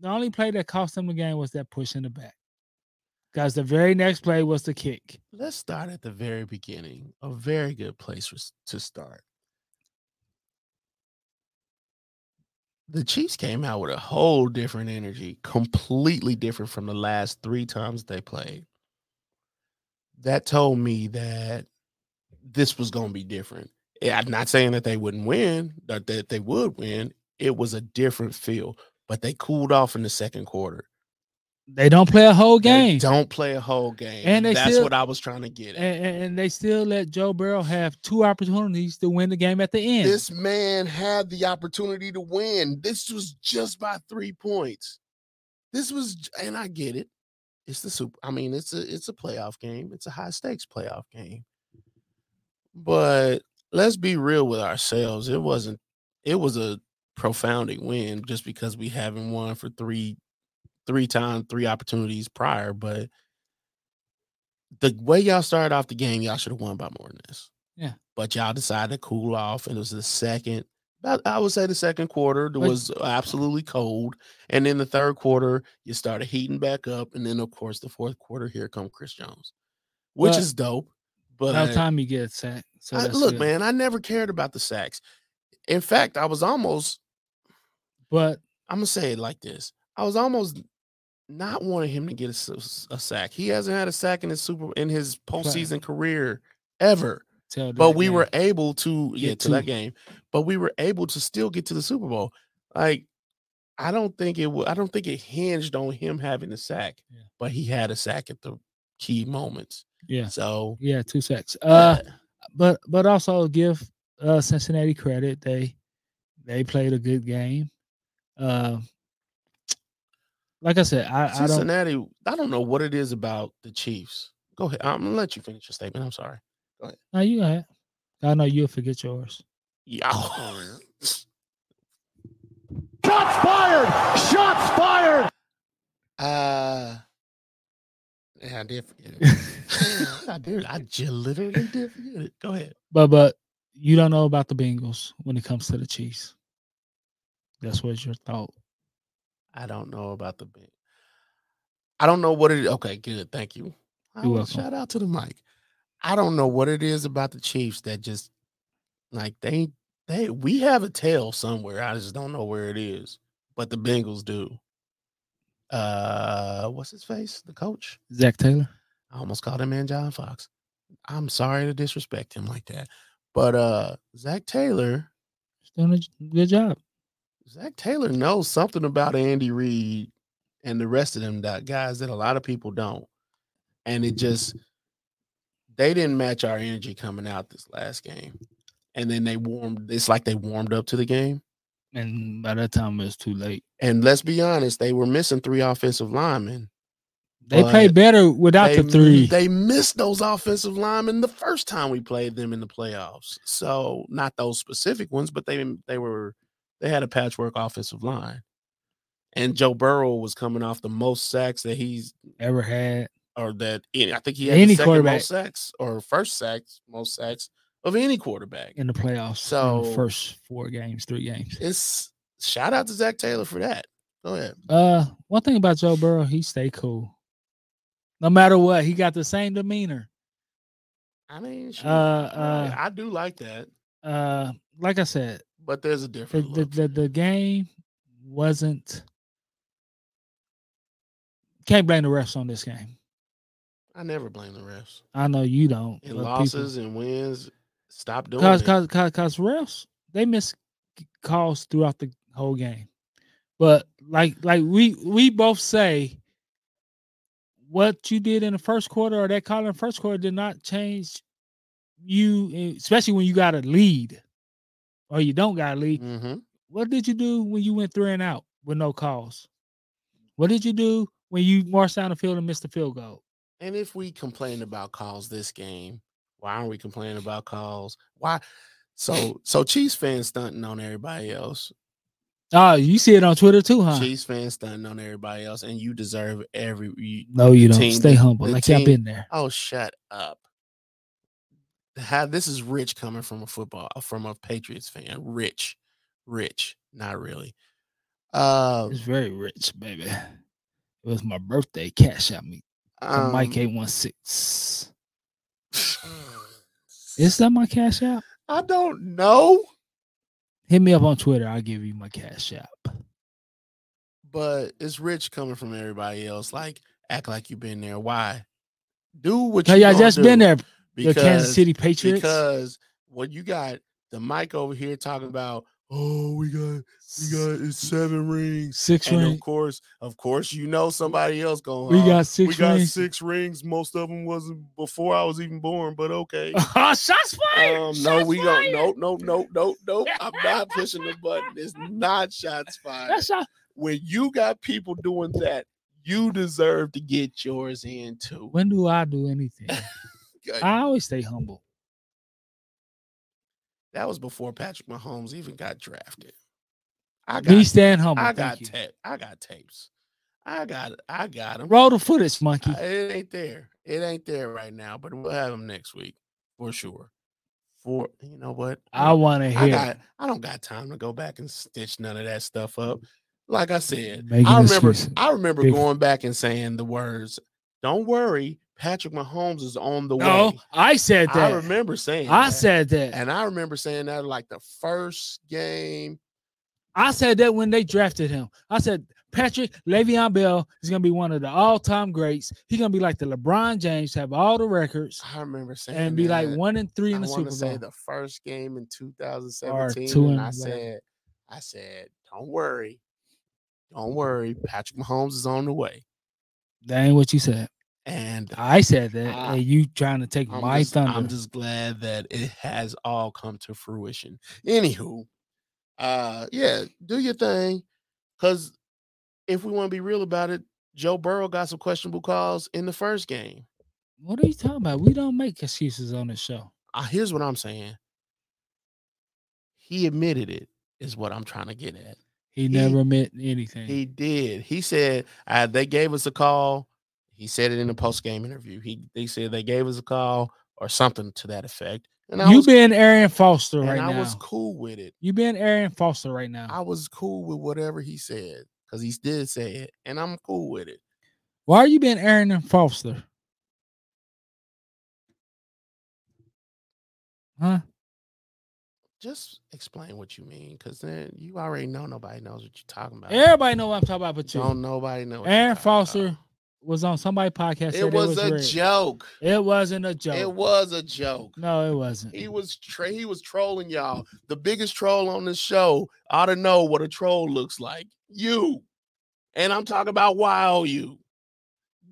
the only play that cost them the game was that push in the back. Guys, the very next play was the kick.
Let's start at the very beginning. A very good place was- to start. The Chiefs came out with a whole different energy, completely different from the last three times they played. That told me that this was going to be different. Yeah, I'm not saying that they wouldn't win, that that they would win. It was a different feel, but they cooled off in the second quarter.
They don't play a whole
They
game.
don't play a whole game.
And
And
they
that's
still-
what I was trying to get at.
And, and- and they still let Joe Burrow have two opportunities to win the game at the end.
This man had the opportunity to win. This was just by three points. This was, j- and I get it. It's the super. I mean, it's a it's a playoff game. It's a high stakes playoff game. But let's be real with ourselves. It wasn't. It was a profounding win just because we haven't won for three, three times, three opportunities prior. But the way y'all started off the game, y'all should have won by more than this but y'all decided to cool off and it was the second about i would say the second quarter that
But-
was absolutely cold and then the third quarter you started heating back up and then of course the fourth quarter here come chris jones which
But-
is dope but
Now Tommy gets sacked. So
I-
that's
look
good.
man i never cared about the sacks in fact i was almost
But
i'm gonna say it like this i was almost not wanting him to get a, s- a sack he hasn't had a sack in his super in his postseason career ever
tell
but
that
we
game.
were able to
Get
yeah, to that
two.
game, but we were able to still get to the Super Bowl. Like, I don't think it would. I don't think it hinged on him having a sack,
Yeah.
but he had a sack at the key moments.
yeah,
So,
yeah, two sacks. Uh,
yeah,
but but also give uh Cincinnati credit. They they played a good game. Uh, like I said, I, I don't.
Cincinnati. I don't, know what it is about the Chiefs. Go ahead. I'm gonna let you finish your statement. I'm sorry.
No, you go ahead. I know you'll forget yours.
Oh, Yeah.
Shots fired! Shots fired!
Uh, yeah, I did forget it. I did. I just literally did forget it. Go ahead.
But but you don't know about the Bengals when it comes to the Chiefs. That's what your thought.
I don't know about the bit. I don't know what it. Okay, good. Thank you. I
You're
will-
welcome.
Shout out to the mic. I don't know what it is about the Chiefs that just like they they we have a tail somewhere. I just don't know where it is, but the Bengals do. Uh, what's his face? The coach.
Zach Taylor.
I almost called him man John Fox. I'm sorry to disrespect him like that, but uh, Zach Taylor
He's doing a j- good job.
Zach Taylor knows something about Andy Reid and the rest of them that guys that a lot of people don't. And it just they didn't match our energy coming out this last game. And then they warmed it's like they warmed up to the game.
And by that time, it's too late.
And let's be honest, they were missing three offensive linemen.
They played
But
better without
They,
the three.
they missed those offensive linemen the first time we played them in the playoffs. So not those specific ones, but they they were they had a patchwork offensive line. And Joe Burrow was coming off the most sacks that he's
ever had.
or that any, I think he had
Any
the second
quarterback.
most sacks or first sacks, most sacks of any quarterback.
in the playoffs. in the
So-
first four games, three games.
It's shout out to Zach Taylor for that. Go ahead.
Uh, one thing about Joe Burrow, he stay cool. No matter what, he got the same demeanor.
I mean, shoot,
Uh,
I-
uh,
I do like that,
uh, like I said,
but there's a
the
different
the,
look.
the, the game wasn't. Can't blame the refs on this game.
I never blame the refs.
I know you don't.
in losses and wins. Stop doing
because
it.
cause, cause, cause refs they miss c- calls throughout the whole game. But like like we we both say what you did in the first quarter or that call in the first quarter did not change you eh, especially when you got a lead or you don't got a lead.
Mhm.
What did you do when you went three and out with no calls? What did you do when you marched down the field and missed the field goal?
And if we complain about calls this game, why aren't we complaining about calls? Why? So so Chiefs fans stunting on everybody else.
Oh, you see it on Twitter too, huh?
Chiefs fans stunting on everybody else, and you deserve every. You,
no, you don't.
team-
Stay humble.
the
Like y'all
team-
been there.
oh, shut up. How this is rich coming from a football from a Patriots fan. Rich, rich, not really. Uh,
It's very rich, baby. It was my birthday cash at me. from Mike
um,
A16. Is that my cash app?
I don't know.
Hit me up on Twitter. I'll give you my cash app.
but it's rich coming from everybody else. Like, act like you've been there. Why? Do what
Now,
you
y'all
gonna
just been
do,
there, the Kansas City Patriots.
Because when you got the mic over here talking about, oh, we got we got it's seven rings.
six
And of
rings.
course, of course, you know somebody else going.
We got
we
six
got
rings.
six rings. Most of them wasn't before I was even born, but okay.
Shots fired.
Um, no,
Shots
we don't.
fired!
No, no, no, no, no. I'm not pushing the button. It's not shots fired.
That's shot.
when you got people doing that, you deserve to get yours in too.
When do I do anything?
Good.
I always stay humble.
That was before Patrick Mahomes even got drafted. I
Me
got,
stand humble.
I
"Oh thank
got,
you.
ta- I got tapes. I got, I got them.
Roll the footage, monkey.
It ain't there. It ain't there right now, but we'll have them next week for sure. For you know what?
I, want to
I
hear.
got I don't got time to go back and stitch none of that stuff up. Like I said,
Making
I remember
excuses.
I remember
Big-
going back and saying the words, don't worry, Patrick Mahomes is on the
no,
way.
Oh, I said
I
that.
remember saying
I
that.
said that.
and I remember saying that like the first game.
I said that when they drafted him. I said Patrick Le'Veon Bell is gonna be one of the all-time greats. He's gonna be like the LeBron James, have all the records,
I remember saying
and be like
that.
one and three in
Ah, I
the
want
Super
to say
Bowl.
the first game in
Or
2017,
two
and
and
I
whatever.
said, I said, don't worry, don't worry, Patrick Mahomes is on the way.
that ain't what you said.
And
I said that,
I-
and you trying to take
Ah, I'm
my
just,
thunder.
I'm just glad that it has all come to fruition. Anywho, uh, yeah, do your thing, because if we want to be real about it, Joe Burrow got some questionable calls in the first game.
what are you talking about? We don't make excuses on this show.
Uh, here's what I'm saying. He admitted it. Is what I'm trying to get at.
He, never meant anything.
He did. He said uh, they gave us a call. He said it in the post game interview. He they said they gave us a call or something to that effect. And I
you
was,
being Aaron Foster
and
right
I
now.
was cool with it.
you being Aaron Foster right now.
I was cool with whatever he said because he did say it, and I'm cool with it.
Why are you being Aaron and Foster? Huh?
Just explain what you mean, because then you already know nobody knows what you're talking about.
Everybody know what I'm talking about, but you.
Uh, Don't nobody know. what you're
Aaron
talking
Foster
about.
was on somebody podcast. said
It was, a
red.
joke.
It wasn't a joke.
It was a joke.
no, it wasn't.
He was tra- he was trolling y'all. The biggest troll on this show ought to know what a troll looks like. You, and I'm talking about wild you.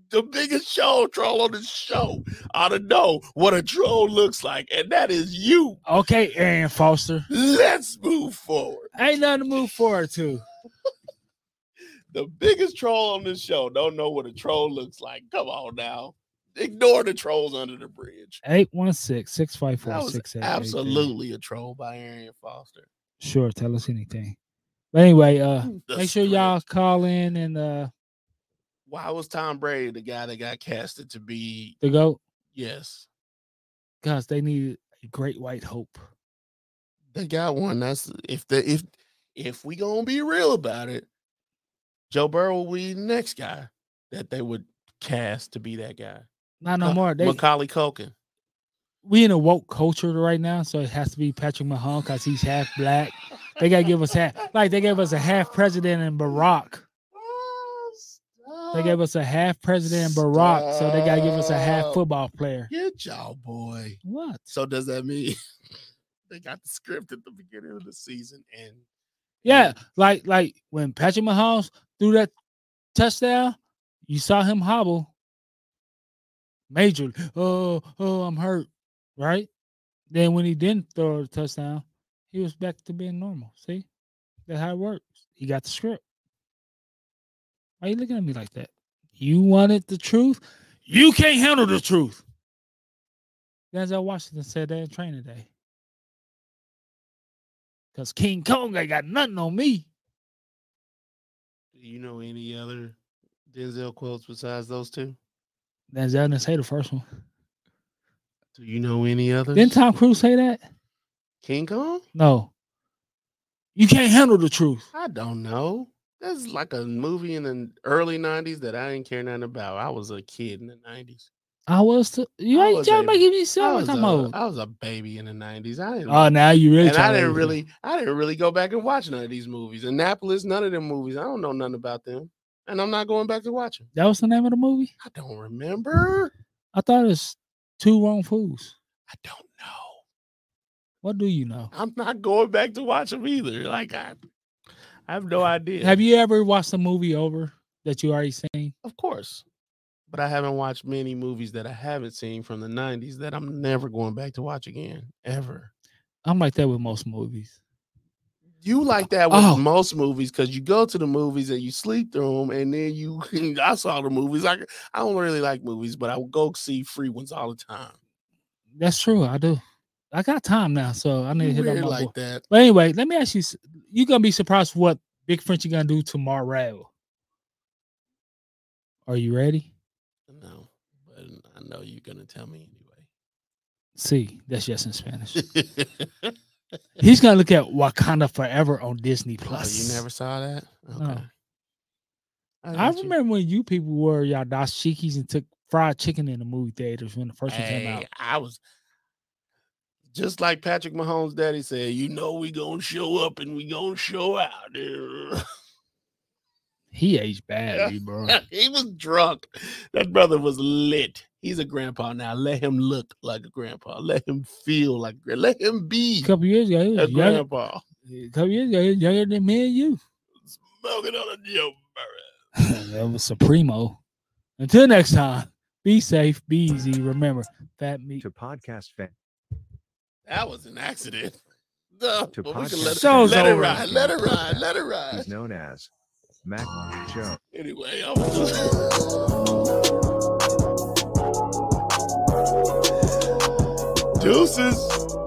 The biggest show troll on this show ought to know what a troll looks like, and that is you.
Okay, Aaron Foster.
Let's move forward.
Ain't nothing to move forward to.
The biggest troll on this show don't know what a troll looks like. Come on now, ignore the trolls under the bridge.
816 654
That was
6883.
absolutely a troll by Arian Foster.
Sure, tell us anything. But anyway, uh,
The
make sure
script.
y'all call in and uh,
why was Tom Brady the guy that got casted to be
the GOAT
yes?
because they need a great white hope.
They got one. That's if the if if we gonna be real about it, Joe Burrow will be the next guy that they would cast to be that guy.
Not no
Ca-
more. They,
Macaulay Culkin.
we in a woke culture right now, so it has to be Patrick Mahomes because he's half black. They gotta give us half, like they gave us a half president in Barack. They gave us a half president in Barack, so they gotta give us a half
Stop.
football player.
Get y'all boy.
What?
So does that mean they got the script at the beginning of the season and
Yeah, like like when Patrick Mahomes threw that touchdown, you saw him hobble. Major, oh oh, I'm hurt, right? Then when he didn't throw the touchdown, he was back to being normal. See, that's how it works. He got the script. Why you looking at me like that? You wanted the truth. You can't handle the truth. Denzel Washington said that in training day. Cause King Kong ain't got nothing on me.
Do you know any other Denzel quotes besides those two?
Denzel didn't say the first one.
Do you know any other?
Didn't Tom Cruise say that?
King Kong?
No. You can't handle the truth.
I don't know. That's like a movie in the early '90s that I didn't care nothing about. I was a kid in the '90s.
I was too. You
I
ain't
was
trying to
a-
make me
I
sound
was,
like
a,
I'm old.
I was a baby in the '90s. I didn't.
Oh, now you really.
and
trying
I
to make
didn't
me-
really, I didn't really go back and watch none of these movies. Annapolis, none of them movies. I don't know nothing about them, and I'm not going back to watch them.
That was the name of the movie.
I don't remember.
I thought it was Two Wrong Fools.
I don't know.
What do you know?
I'm not going back to watch them either. Like I, I have no idea.
Have you ever watched a movie over that you already seen?
Of course, but I haven't watched many movies that I haven't seen from the '90s that I'm never going back to watch again, ever.
I'm like that with most movies.
You like that with
Oh.
most movies because you go to the movies and you sleep through them, and then you. I saw the movies. I I don't really like movies, but I will go see free ones all the time.
That's true. I do. I got time now, so I need to
You
hit on
weird
my
like
boy.
that.
But anyway, let me ask you. s- You gonna be surprised what Big French you gonna do tomorrow? Are you ready?
No, but I know you're gonna tell me
See, that's yes in Spanish.
anyway. Oh,
He's gonna look at Wakanda Forever on Disney
Oh,
Plus.
you never saw that? Okay.
No. I
got you.
remember when you people wore y'all dashikis and took fried chicken in the movie theaters when the first one came
Hey,
out.
I was just like Patrick Mahomes' daddy said. You know we gonna show up and we gonna show out.
He aged badly, bro.
he was drunk. That brother was lit. He's a grandpa now. Let him look like a grandpa. Let him feel like. gra- Let him
A
be
couple years ago, he
a
was younger,
grandpa.
a couple years ago, he was younger than me and you.
Smoking on a Joe Burrow.
that was Supremo. Until next time, be safe, be easy. Remember, fat meat.
to podcast fan.
That was an accident. No,
To
but we can
podcast
let, it-
Show's
let it
over.
ride. Let it ride. Let it ride.
He's known as Mac Joe.
Anyway, I'm just. Deuces.